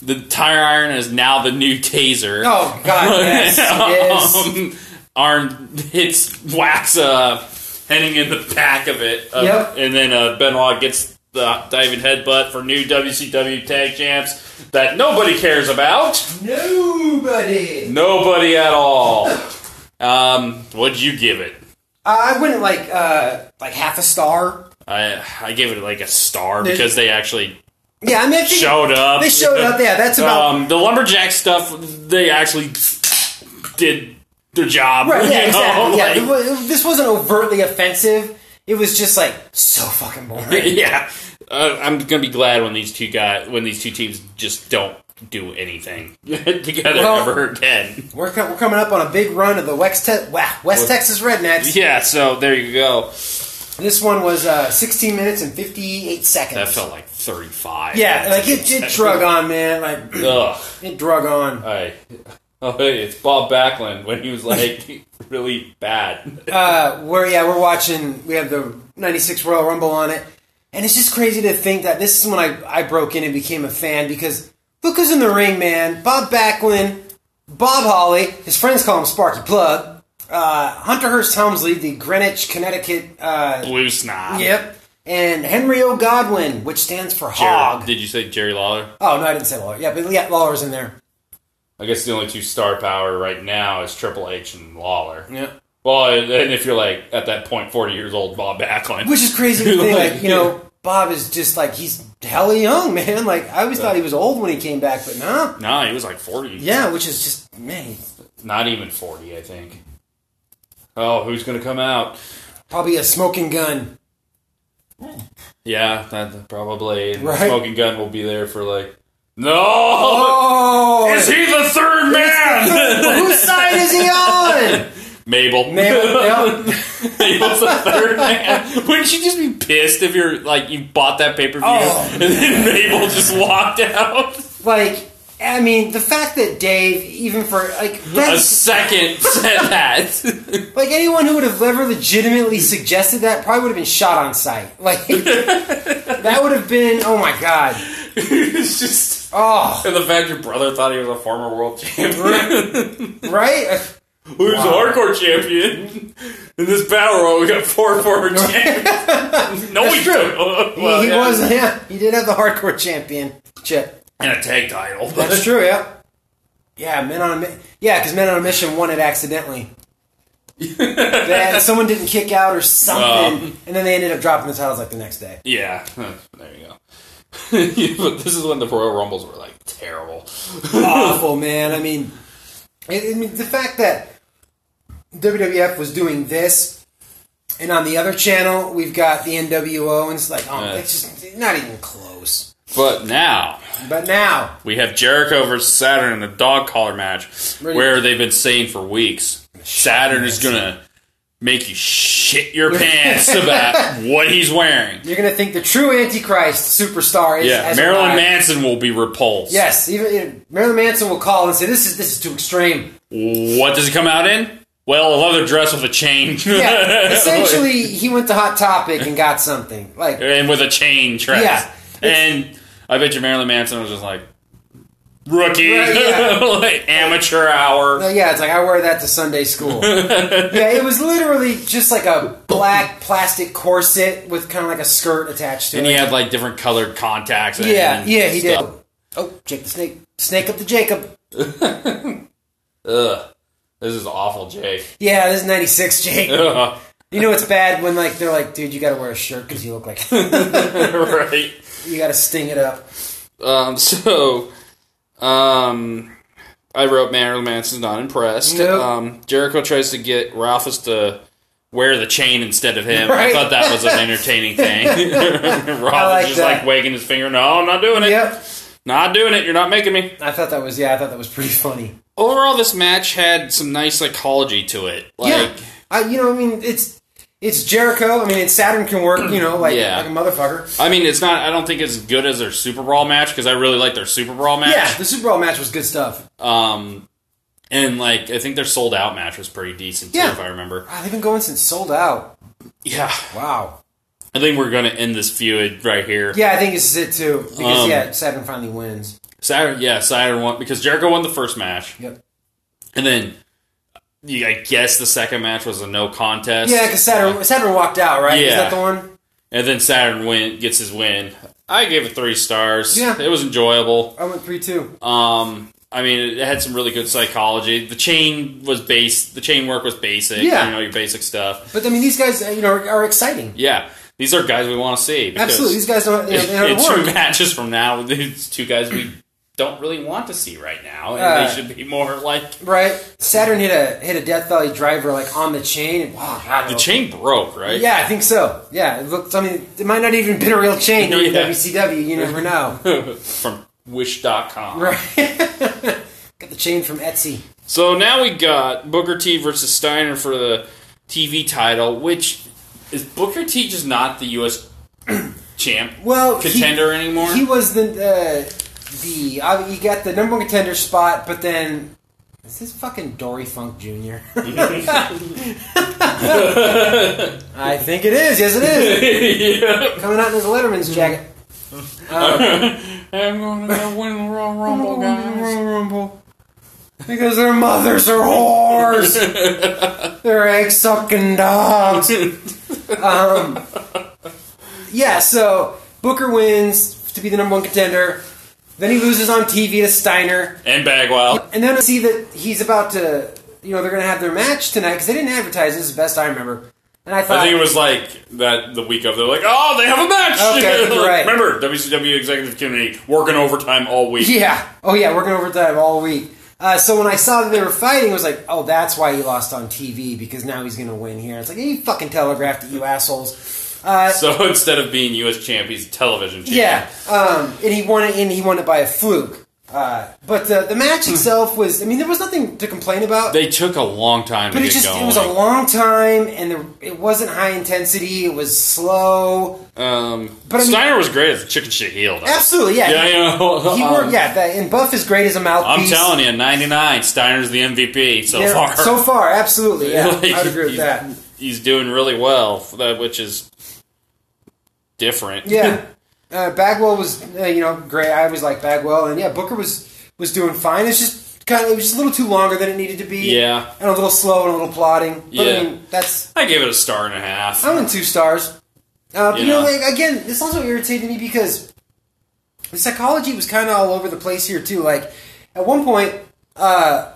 the tire iron is now the new taser.
Oh God, yes, yes.
um, arm hits whacks uh, Henning in the back of it. Uh,
Yep.
And then uh, Benoit gets the diving headbutt for new WCW tag champs that nobody cares about.
Nobody.
Nobody at all. Um, what'd you give it?
I wouldn't like uh like half a star.
I I gave it like a star because they actually
Yeah, I mean, I think
showed up.
they showed up. Yeah, that's about
Um, the lumberjack stuff, they actually did their job.
right. Yeah,
you know,
exactly. Yeah,
like-
it wa- this wasn't overtly offensive. It was just like so fucking boring.
yeah, uh, I'm gonna be glad when these two guys, when these two teams just don't do anything together
Well-
ever again.
We're, co- we're coming up on a big run of the West Te- wow, West Texas Rednecks.
Yeah, so there you go.
This one was uh, 16 minutes and 58 seconds.
That felt like 35.
yeah, like it, it drug on, man. Like
Ugh.
it drug on.
I, oh, hey, it's Bob Backlund when he was like really bad.
uh, we're yeah, we're watching. We have the '96 Royal Rumble on it, and it's just crazy to think that this is when I I broke in and became a fan because look who's in the ring, man! Bob Backlund, Bob Holly, his friends call him Sparky Plug, uh, Hunter Hearst Helmsley, the Greenwich, Connecticut. Uh,
Blue snob.
yep. And Henry O. Godwin, which stands for
Jerry,
Hog.
did you say Jerry Lawler?
Oh no, I didn't say Lawler. Yeah, but yeah, Lawler's in there.
I guess the only two star power right now is Triple H and Lawler.
Yeah.
Well, and and if you're like at that point, forty years old, Bob Backlund,
Which is crazy to think,
Like,
like, you know, Bob is just like he's hella young, man. Like I always thought he was old when he came back, but no.
nah, he was like forty.
Yeah, which is just man, he's
not even forty, I think. Oh, who's gonna come out?
probably a smoking gun.
Yeah, that probably
Right.
smoking gun will be there for like. No,
Oh,
is he the third man?
whose side is he on?
Mabel.
Man, yeah.
Mabel's the third man. Wouldn't you just be pissed if you're like you bought that pay per view
Oh,
and then Mabel just walked out
like I mean, the fact that Dave, even for like
a
that's
second said that?
Like anyone who would have ever legitimately suggested that probably would have been shot on sight. Like that would have been oh my god.
it's just
Oh,
and the fact your brother thought he was a former world champion.
right?
Who's
Wow.
a hardcore champion? In this battle royal, we got four former champions. no, we
true.
don't.
He-
Well,
he
yeah.
was yeah, he did have the hardcore championship.
and a tag title. but-
That's true, yeah. Yeah, men on a Mi- yeah, because men on a mission won it accidentally. that someone didn't kick out or something,
Oh.
and then they ended up dropping the titles like the next day.
Yeah, there you go. but this is when the Royal Rumbles were like terrible.
awful, man. I mean, I I mean, the fact that WWF was doing this, and on the other channel we've got the NWO, and it's like, oh,
Yeah.
it's just not even close.
But now
But now,
we have Jericho versus Saturn in a dog collar match,
Really?
where they've been saying for weeks Saturn is gonna make you shit your pants about what he's wearing.
you're gonna think the true Antichrist superstar is
Yeah,
has
Marilyn
arrived.
Manson will be repulsed.
Yes, even even Marilyn Manson will call and say, "This is this is too extreme."
What does it come out in? Well, a leather dress with a chain.
Yeah, essentially, he went to Hot Topic and got something like
and with a chain dress.
Yeah.
and I bet you Marilyn Manson was just like rookie,
Right, yeah.
like, amateur hour.
Uh, yeah, it's like I wear that to Sunday school. yeah, it was literally just like a black plastic corset with kind of like a skirt attached to
And
it.
he had like different colored contacts. And
yeah, yeah, he
stuff.
did. Oh, Jake the Snake, Snake up to Jacob.
Ugh, this is awful, Jake.
Yeah, this is '96, Jake.
Ugh.
You know it's bad when like they're like, dude, you got to wear a shirt because you look like
right.
you got to sting it up.
Um, so, um, I wrote Marilyn Manson's not impressed.
Nope.
Um, Jericho tries to get Ralphus to.
Wear the chain instead of him. I
Right.
thought that was an entertaining thing.
I
Rob was
like
just
that.
like wagging his finger. No, I'm not doing it.
Yep,
Not doing it. You're not making me.
I thought that was yeah, I thought that was pretty funny.
Overall, this match had some nice psychology to it. Like,
yeah, I, you know, I mean, it's it's Jericho. I mean, it's Saturn can work, you know, like,
Yeah.
like a motherfucker.
I mean, it's not. I don't think it's as good as their Super Brawl match because I really like their Super Brawl match.
Yeah, the Super Bowl match was good stuff.
Um, and like I think their sold out match was pretty decent too,
Yeah.
if I remember.
Wow, Ah, they've been going since sold out.
Yeah,
Wow.
I think we're gonna end this feud right here.
Yeah, I think this is it too. Because
Um,
yeah, Saturn finally wins.
Saturn, yeah, Saturn won because Jericho won the first match,
Yep.
and then yeah, I guess the second match was a no contest.
Yeah, because Saturn Saturn walked out, right? Is
Yeah.
that the one?
and then Saturn win gets his win. I gave it three stars.
Yeah.
it was enjoyable.
I went three two.
Um, I mean, it had some really good psychology. The chain was base. The chain work was basic.
Yeah.
you know your basic stuff.
But I mean, these guys, uh, you know, are, are exciting.
Yeah, these are guys we want to see. because-
Absolutely, these guys don't. You know, they
in
don't
two
work.
matches from now, these two guys we don't really want to see right now, and
Uh,
they should be more like
right? Saturn hit a hit a Death Valley driver like on the chain, and wow, God,
the
no.
chain broke, right?
Yeah, I think so. Yeah, it looked. I mean, it might not even been a real chain.
Yeah.
in WCW, you never know.
from Wish.com.
right? Got the chain from Etsy.
So now we got Booker T versus Steiner for the TV title, which is Booker T just not the U.S. champ
Well, he-
contender anymore.
He was the uh, the uh, he got the number one contender spot, but then is this fucking Dory Funk Jr. I think it is. Yes, it is.
yeah.
Coming out in his Letterman's jacket.
I'm gonna go win the Royal Rumble, guys.
Because their mothers are whores. They're egg sucking dogs. Um, yeah, so Booker wins to be the number one contender. Then he loses on TV to Steiner.
And Bagwell.
And then I see that he's about to you know they're going to have their match tonight because they didn't advertise. This is the best I remember, and I thought
I think it was like that the week of. They're like, oh, they have a match.
Okay,
Like,
right.
Remember WCW executive committee working overtime all week.
Yeah. Oh yeah, working overtime all week. Uh, so when I saw that they were fighting, I was like, oh, that's why he lost on TV because now he's gonna win here. It's like you fucking telegraphed it, you assholes. Uh,
So instead of being U.S. champ, he's television champ.
yeah. Um, and he won it, and he won it by a fluke. Uh, but uh, the match
Hmm.
itself was, I mean, there was nothing to complain about.
They took a long time
But
to
it
get
just,
going.
it was a long time, and there, it wasn't high intensity. It was slow.
um,
But I mean-
Steiner was great as a chicken shit heel. though.
Absolutely, yeah.
Yeah, you know.
He
um,
worked, yeah. That, and Buff is great as a
I'm
mouthpiece.
telling you, 99. Steiner's the MVP so
Yeah,
far.
So far, absolutely, yeah.
Like,
I'd agree with
he's-
that.
He's doing really well, for that which is different.
Yeah, uh, Bagwell was uh, you know great. I always like Bagwell, and yeah, Booker was was doing fine. It's just kind of it was just a little too longer than it needed to be.
Yeah.
and a little slow and a little plodding. But
Yeah.
I mean, that's
I gave it a star and a half.
I'm in two stars. Uh, but
You
you know,
know.
like, again, this also irritated me because the psychology was kind of all over the place here too. Like at one point, uh,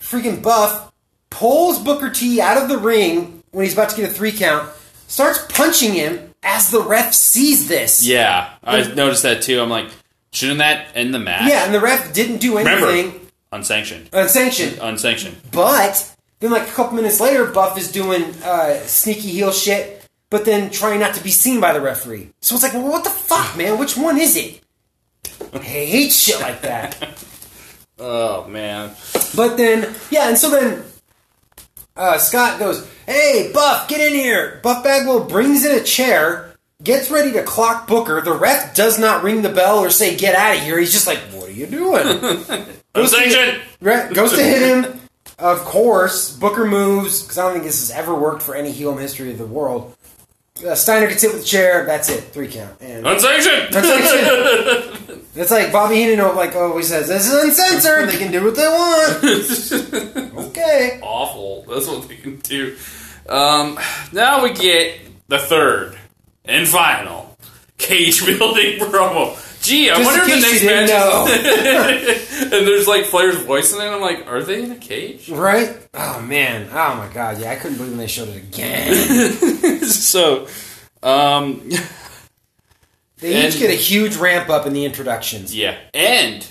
freaking Buff pulls Booker T out of the ring when he's about to get a three count, starts punching him as the ref sees this.
Yeah, I noticed that too. I'm like, shouldn't that end the match?
Yeah, and the ref didn't do
Remember,
anything
unsanctioned.
unsanctioned.
Unsanctioned.
But then, like a couple minutes later, Buff is doing uh, sneaky heel shit, but then trying not to be seen by the referee. So it's like, well, what the fuck, man? Which one is it? I hate shit like that.
Oh, man.
But then, yeah, and so then uh, Scott goes, "Hey, Buff, get in here." Buff Bagwell brings in a chair, gets ready to clock Booker. The ref does not ring the bell or say, "Get out of here." He's just like, "What are you doing?"
Unsanctioned!
Right, goes to hit him. Of course, Booker moves because I don't think this has ever worked for any heel in the history of the world. Uh, Steiner gets hit with a chair. That's it. Three count. And
Unsanctioned!
it's like Bobby Heenan like always says, "This is uncensored. They can do what they want." okay.
Awful. That's what they can do. Um, now we get the third and final cage building promo. Gee, I
Just
wonder
in
if the
case
next
you didn't
match.
know.
Is, and there's like Flair's voice in it. I'm like, are they in a cage?
Right? Oh man. Oh my god. Yeah, I couldn't believe when they showed it again.
so, um,
They each
And-
get a huge ramp up in the introductions.
Yeah. And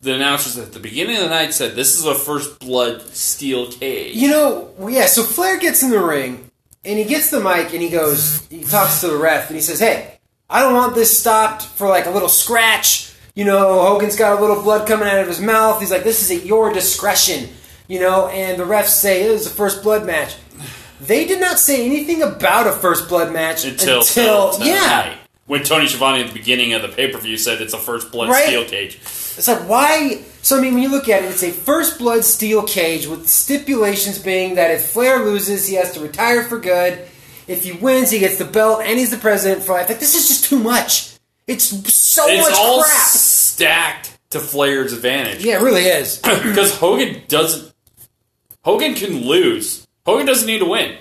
the announcers at the beginning of the night said this is a first blood steel cage.
You know, well, yeah, so Flair gets in the ring and he gets the mic and he goes, he talks to the ref and he says, Hey, I don't want this stopped for like a little scratch. You know, Hogan's got a little blood coming out of his mouth. He's like, This is at your discretion. You know, and the refs say, This is a first blood match. They did not say anything about a first blood match
until,
until,
tonight.
yeah.
When Tony Schiavone at the beginning of the pay per view said it's a first blood
Right.
steel cage.
It's like why? So I mean, when you look at it, it's a first blood steel cage with stipulations being that if Flair loses, he has to retire for good. If he wins, he gets the belt and he's the president for life. Like this is just too much. It's so
It's
much
all
crap.
stacked to Flair's advantage
yeah, it really is.
because Hogan doesn't. Hogan can lose. Hogan doesn't need to win.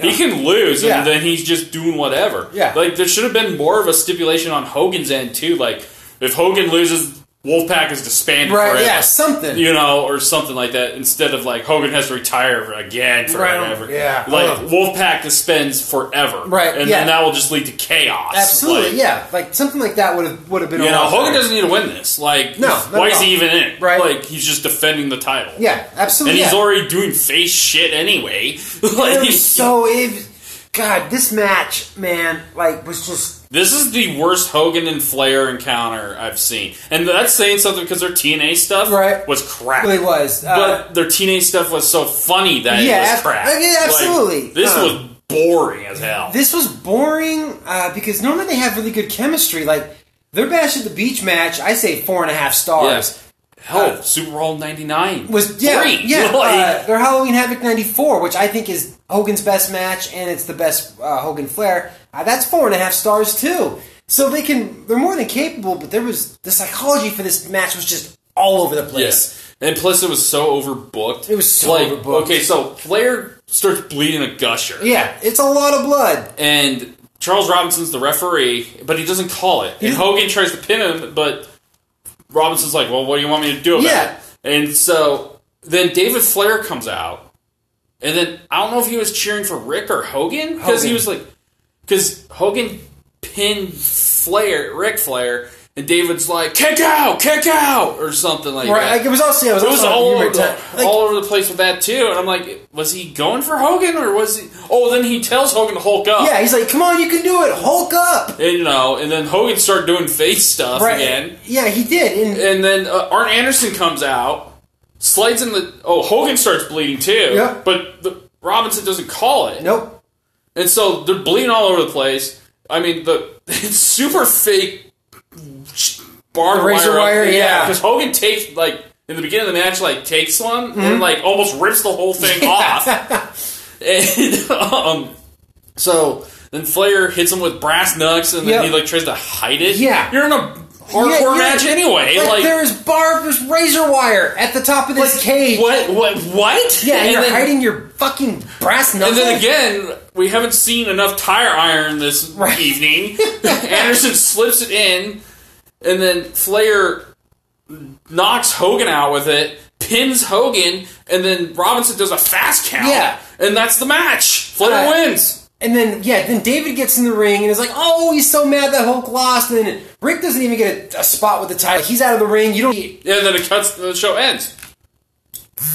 He can lose,
Yeah.
and then he's just doing whatever.
Yeah.
like there should have been more of a stipulation on Hogan's end too. Like if Hogan loses, Wolfpack is disbanded.
right?
forever.
Yeah, something.
you know, or something like that. Instead of like Hogan has to retire again for
Right.
whatever,
Yeah.
like
Ugh.
Wolfpack suspends forever,
Right,
and
yeah.
then that will just lead to chaos.
Absolutely.
Like,
yeah, like something like that would have would have been.
You
a
know,
lot
Hogan
better.
doesn't need to win this. Like,
No, not
why
at
is
all.
he even in it?
Right.
Like, he's just defending the title.
Yeah,
and
absolutely.
he's
yeah.
already doing face shit anyway.
It
like,
was so. It, God, this match, man, like was just
This is the worst Hogan and Flair encounter I've seen, and that's saying something because their TNA stuff
Right.
was crap.
really was. Uh,
but their teenage stuff was so funny that
Yeah,
it
ab-
was crap.
I mean,
Like,
absolutely.
this
Uh,
was boring as hell.
this was boring uh, because normally they have really good chemistry. Like their bash at the beach match, I say four and a half stars.
Yes. Hell, Super Bowl '99
uh, Was yeah,
great.
yeah.
Like,
uh, their Halloween Havoc '94, which I think is Hogan's best match, and it's the best uh, Hogan Flair. Uh, that's four and a half stars too. So they can, they're more than capable. But there was the psychology for this match was just all over the place.
yes. And plus, it was so overbooked.
It was so
like,
overbooked.
Okay, so Flair starts bleeding a gusher,
Yeah, it's a lot of blood.
and Charles Robinson's the referee, but he doesn't call it. And Hogan tries to pin him, but Robinson's like, "Well, what do you want me to do about
Yeah.
it?" And so Then David Flair comes out, and then I don't know if he was cheering for Rick or Hogan because he
Hogan.
was like, because Hogan pinned Flair, Rick Flair, and David's like, kick out, kick out, or something like
Right,
that.
like it was all. See, I was,
It was
also on
all
humor
over, the,
time. Like,
all over the place with that too, and I'm like, was he going for Hogan or was he? Oh, then he tells Hogan to Hulk up,
yeah, he's like, "Come on, you can do it, Hulk up!"
and, you know, and then Hogan started doing face stuff
Right?
again,
Yeah, he did. And,
and then uh, Arn Anderson comes out, slides in the. Oh, Hogan starts bleeding too,
Yep.
but the, Robinson doesn't call it,
nope.
and so they're bleeding all over the place. I mean, the it's super fake barbed
Razor wire, yeah.
because Hogan takes like in the beginning of the match, like takes one
Mm-hmm.
and like almost rips the whole thing off. And um, so then Flair hits him with brass knucks, and then
Yep.
he like tries to hide it.
Yeah.
you're in a hardcore
Yeah, yeah.
match anyway.
Like,
Like,
there is barbed there's razor wire at the top of this cage.
what? What? What?
Yeah, and,
and
you're
then,
hiding your fucking brass
And
knuckles.
then again, we haven't seen enough tire iron this
Right.
evening. Anderson slips it in, and then Flair knocks Hogan out with it, pins Hogan, and then Robinson does a fast count.
Yeah.
And that's the match. Flair
Uh,
wins.
And then yeah, then David gets in the ring and is like, "Oh, he's so mad that Hulk lost." And then Rick doesn't even get a, a spot with the title. He's out of the ring. You don't.
And then it cuts, the show ends.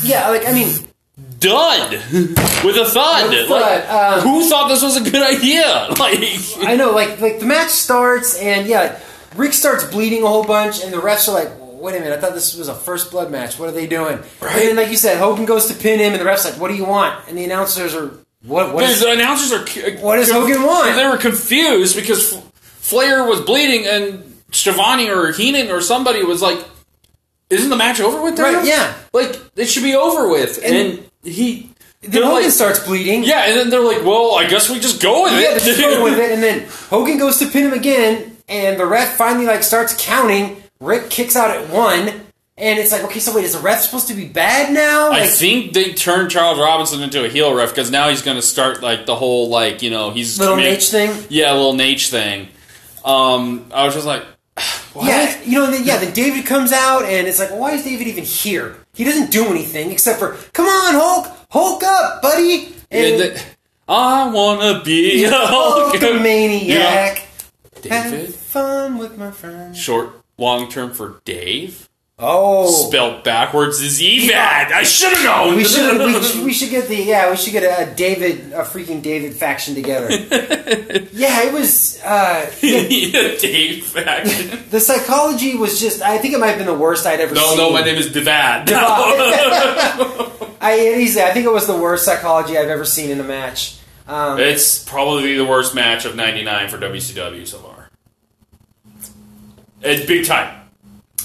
Yeah, like I mean,
Dud! With a thud.
With a thud,
Like,
um,
who thought this was a good idea? Like,
I know, like like the match starts and yeah, like, Rick starts bleeding a whole bunch, and the refs are like, "Wait a minute, I thought this was a first blood match. What are they doing?" Right. And then, like you said, Hogan goes to pin him, and the refs like, "What do you want?" And the announcers are, "What? What?" Is,
the announcers are. cu-
What does Hogan want?
They were confused because F- Flair was bleeding and Shavani or Heenan or somebody was like, "Isn't the match over with?" now?"
Right, yeah.
like it should be over with. And, he,
then
they're
Hogan
like,
starts bleeding.
yeah, and then they're like, "Well, I guess we just go with
yeah,
it."
they're going with it, and then Hogan goes to pin him again, and the ref finally like starts counting. Rick kicks out at one, and it's like, okay, so wait, is the ref supposed to be bad now?
I
Like,
think they turned Charles Robinson into a heel ref because now he's going to start like the whole like you know he's
little
commit-
Nate thing.
Yeah, little Nate thing. Um, I was just like, what?
Yeah, you know, and then, yeah. Then David comes out, and it's like, well, why is David even here? He doesn't do anything except for, come on, Hulk, Hulk up, buddy.
And
And
the- I wanna be a
Hulkamaniac.
Yeah.
Have
David.
fun with my friends.
Short, long term for Dave.
Oh,
Spelled backwards is Evad. I should have known.
we should we, should- we should get the yeah we should get a, a David a freaking David faction together. yeah, it was. Uh,
Dave faction.
the psychology was just. I think it might have been the worst I'd ever
No,
seen.
no, my name is Devad.
I easily. I think it was the worst psychology I've ever seen in a match. Um,
it's probably the worst match of '99 for WCW so far. It's big time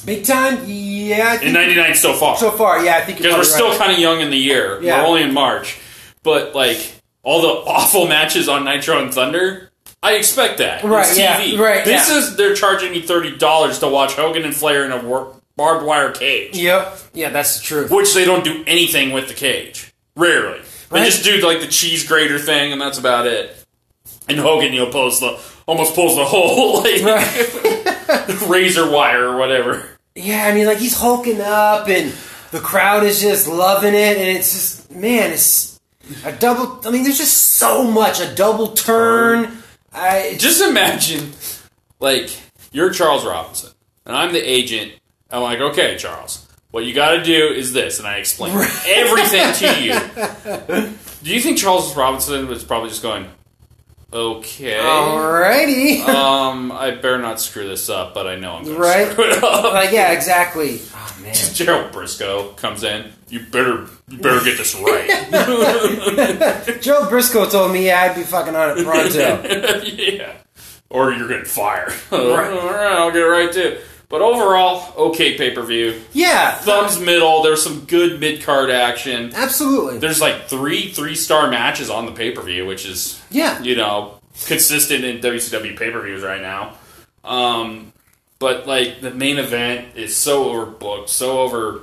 Big time, yeah. I
in
think
'99 so far.
so far, yeah, I think you're
because
probably
we're still
right.
kind of young in the year.
Yeah.
We're only in March, but like all the awful matches on Nitro and Thunder, I expect that.
Right,
It's
yeah,
TV.
right,
This
yeah.
is they're charging me thirty dollars to watch Hogan and Flair in a war- barbed wire cage,
Yep, yeah, that's the truth.
which they don't do anything with the cage. Rarely, they
Right.
just do like the cheese grater thing, and that's about it. And Hogan, you know, pulls the almost pulls the whole like razor wire or whatever.
Yeah, I mean, like he's hulking up, and the crowd is just loving it, and it's just man, it's a double. I mean, there's just so much a double turn. I
just imagine, like, you're Charles Robinson, and I'm the agent. I'm like, okay, Charles, what you got to do is this, and I explain everything to you. Do you think Charles Robinson was probably just going, okay,
Oh, alrighty,
um, I better not screw this up, but I know I'm going
Right.
to screw it up.
like yeah, exactly. Oh man,
Gerald Briscoe comes in. You better, you better get this right.
Joe Briscoe told me yeah, I'd be fucking on it pronto.
yeah, or you're getting fired. All right, I'll get it right too. But overall, okay, pay per view.
yeah,
thumbs middle. There's some good mid card action.
absolutely.
There's like three three star matches on the pay per view, which is
Yeah,
you know consistent in WCW pay per views right now. Um, but like the main event is so overbooked, so over.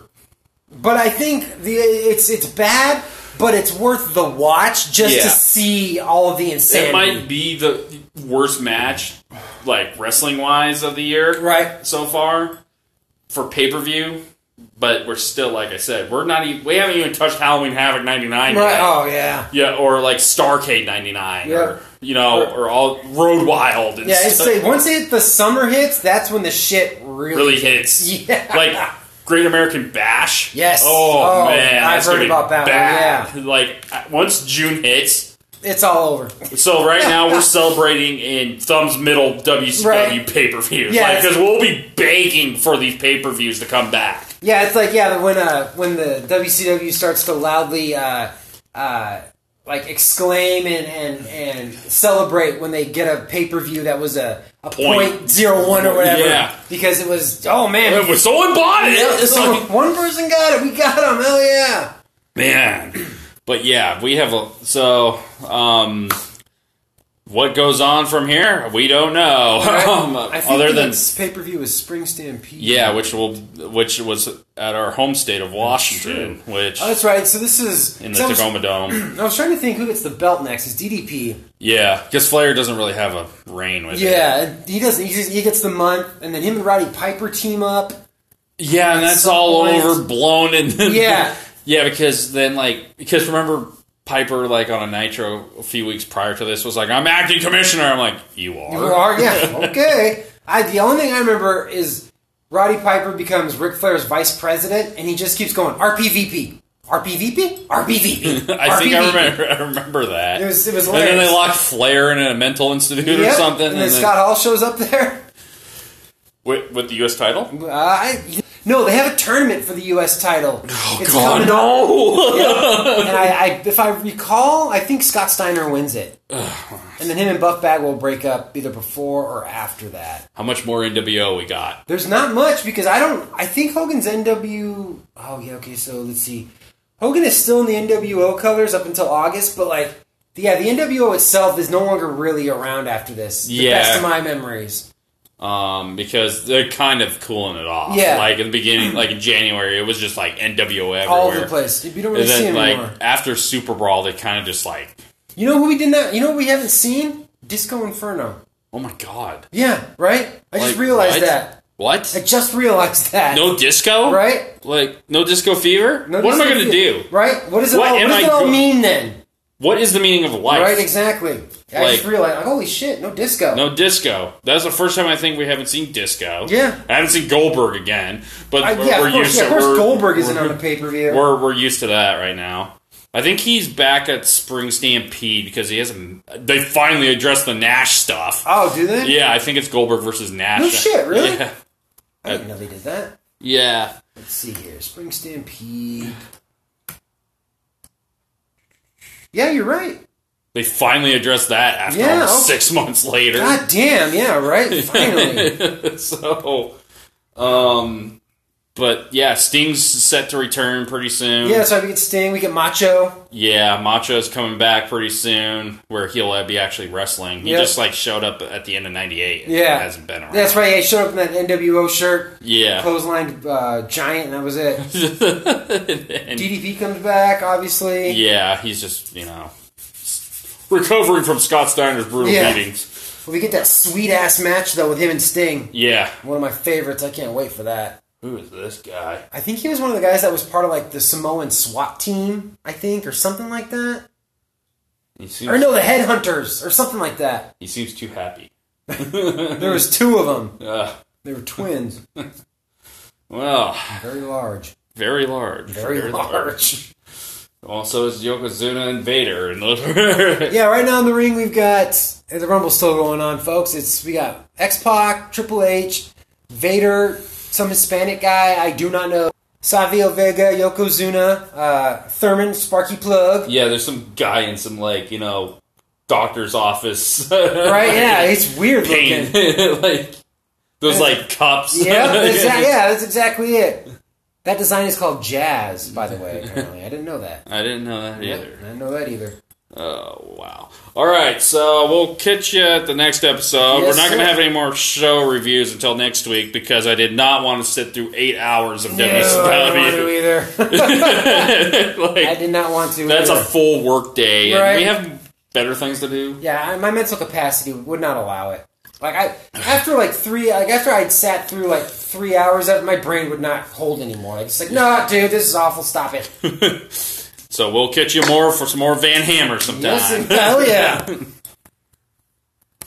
But I think the it's it's bad, but it's worth the watch just to
Yeah.
see all of the insanity.
It might be the worst match, like wrestling wise, of the year
Right.
so far for pay per view. But we're still, like I said, we're not even, we haven't even touched Halloween Havoc 99
Right.
yet.
Oh yeah.
Yeah, or like Starcade 99
Yeah.
or, you know, or, all Road Wild and
Yeah. It's
stuff.
like once it, the summer hits, that's when the shit really,
really hits.
Yeah.
Like Great American Bash.
Yes.
Oh,
Oh,
man,
I've
that's
heard
gonna be
about that one,
bad. Like uh, once June hits.
It's all over.
So right now we're celebrating in Thumbs Middle WCW
Right.
pay per views,
Yeah, it's-
because we'll be begging for these pay per views to come back.
Yeah, it's like yeah, when uh when the WCW starts to loudly uh uh like exclaim and and and celebrate when they get a pay per view that was a a
Point.
point zero one or whatever
Yeah.
because it was oh man
And if someone bought it,
yeah,
it's
so
like
one person got it we got him hell yeah
man. But yeah, we have a so. um what goes on from here? We don't know. Um,
I think
other
the
than
next pay per view is Spring Stampede
Yeah, which will which was at our home state of Washington, which
oh, that's right so this is
in the
so I, was,
Tacoma Dome.
I was trying to think who gets the belt next is DDP
Yeah, because Flair doesn't really have a reign with it.
yeah and he doesn't he, just, he gets the month and then him and Roddy Piper team up
Yeah, and that's
Some
all
point.
overblown and then,
Yeah.
yeah, because then like because remember Piper like on a Nitro a few weeks prior to this was like I'm acting commissioner. I'm like you are.
You are, yeah, okay. I, the only thing I remember is Roddy Piper becomes Ric Flair's vice president, and he just keeps going RPVP, RPVP, RPVP.
I think I
RPVP."
remember. I remember that.
It was- it was
and then
hilarious.
they locked Flair in a mental institute
Yep,
or something,
And then Scott Hall shows up there.
with, with the U.S. title.
Uh, I, no, they have a tournament for the U.S. title. Oh it's coming up.
no!
And I, I, if I recall, I think Scott Steiner wins it, and then him and Buff Bagwell break up either before or after that.
How much more NWO we got?
There's not much because I don't. I think Hogan's NW. Oh yeah, okay. So let's see. Hogan is still in the NWO colors up until August, but like, yeah, the NWO itself is no longer really around after this. The
Yeah.
best of my memories.
um, because they're kind of cooling it off.
Yeah.
Like in the beginning, like in January, it was just like NWO everywhere.
All over the place. You don't really
And
see
then
him
like
anymore.
after Super Brawl, they kind of just like,
You know who we did not? You know who we haven't seen? Disco Inferno.
oh my god,
Yeah, right. I just
Like,
realized
what?
that.
what?
I just realized that.
no disco,
Right.
Like no disco fever.
No
Oh. what am I
disco
gonna
fever.
do?
Right. What does it
What
all? What
am
does
I
it all
go-
mean then?
What is the meaning of life?
Right. Exactly. I just
Like-
realized. Like, holy shit! No disco.
No disco. That's the first time I think we haven't seen disco.
Yeah.
I haven't seen Goldberg again, but
I,
we're,
yeah,
we're
of course,
used
yeah,
to.
of course
we're-
Goldberg isn't
we're-
on a pay per view.
We're we're used to that right now. I think he's back at Spring Stampede because he hasn't. They finally addressed the Nash stuff.
Oh, do they?
Yeah, I think it's Goldberg versus Nash.
No shit, really?
Yeah.
I didn't know they did that.
Yeah.
Let's see here. Spring Stampede. Yeah, you're right.
They finally addressed that after
Yeah,
almost
okay.
six months later.
God damn, yeah, right? Finally.
So, um, but yeah, Sting's set to return pretty soon.
yeah, so we get Sting, we get Macho.
Yeah, Macho's coming back pretty soon, where he'll uh, be actually wrestling. He
Yep.
just like showed up at the end of '98. and
Yeah.
hasn't been around.
That's right, yeah, he showed up in that NWO shirt,
yeah.
clotheslined uh, giant, and that was it.
And-
DDP comes back, obviously.
Yeah, he's just you know recovering from Scott Steiner's brutal
Yeah.
beatings.
We get that sweet ass match, though, with him and Sting.
Yeah.
One of my favorites. I can't wait for that.
Who is this guy?
I think he was one of the guys that was part of like the Samoan SWAT team, I think, or something like that.
He seems,
Or no, the Headhunters, or something like that.
he seems too happy.
There was two of them.
Uh,
They were twins,
well,
very large,
very large.
very, large.
Also, is Yokozuna and Vader. And those-
Yeah, right now in the ring we've got the Rumble's still going on, folks. It's we got X Pac, Triple H, Vader, some Hispanic guy I do not know, Savio Vega, Yokozuna, uh, Thurman, Sparky Plug.
yeah, there's some guy in some like you know doctor's office. right.
Right? Yeah, it's weird looking.
like those like cups.
Yeah, that's, yeah, that's exactly it. That design is called Jazz, by the way. Apparently, I didn't know that.
I didn't know that either.
I didn't know that either.
Oh wow! All right, so we'll catch you at the next episode.
Yes,
We're not going
sir.
to have any more show reviews until next week because I did not want to sit through eight hours of
I didn't want to
WCW.
either. I
like
did not want to.
that's a
either.
full work day, and
Right.
we have better things to do.
yeah. I- My mental capacity would not allow it. Like I after like three like after I'd sat through like three hours of it, my brain would not hold anymore. Like it's like, no, dude, this is awful, stop it.
So we'll catch you more for some more Van Hammer sometime.
Listen, hell yeah.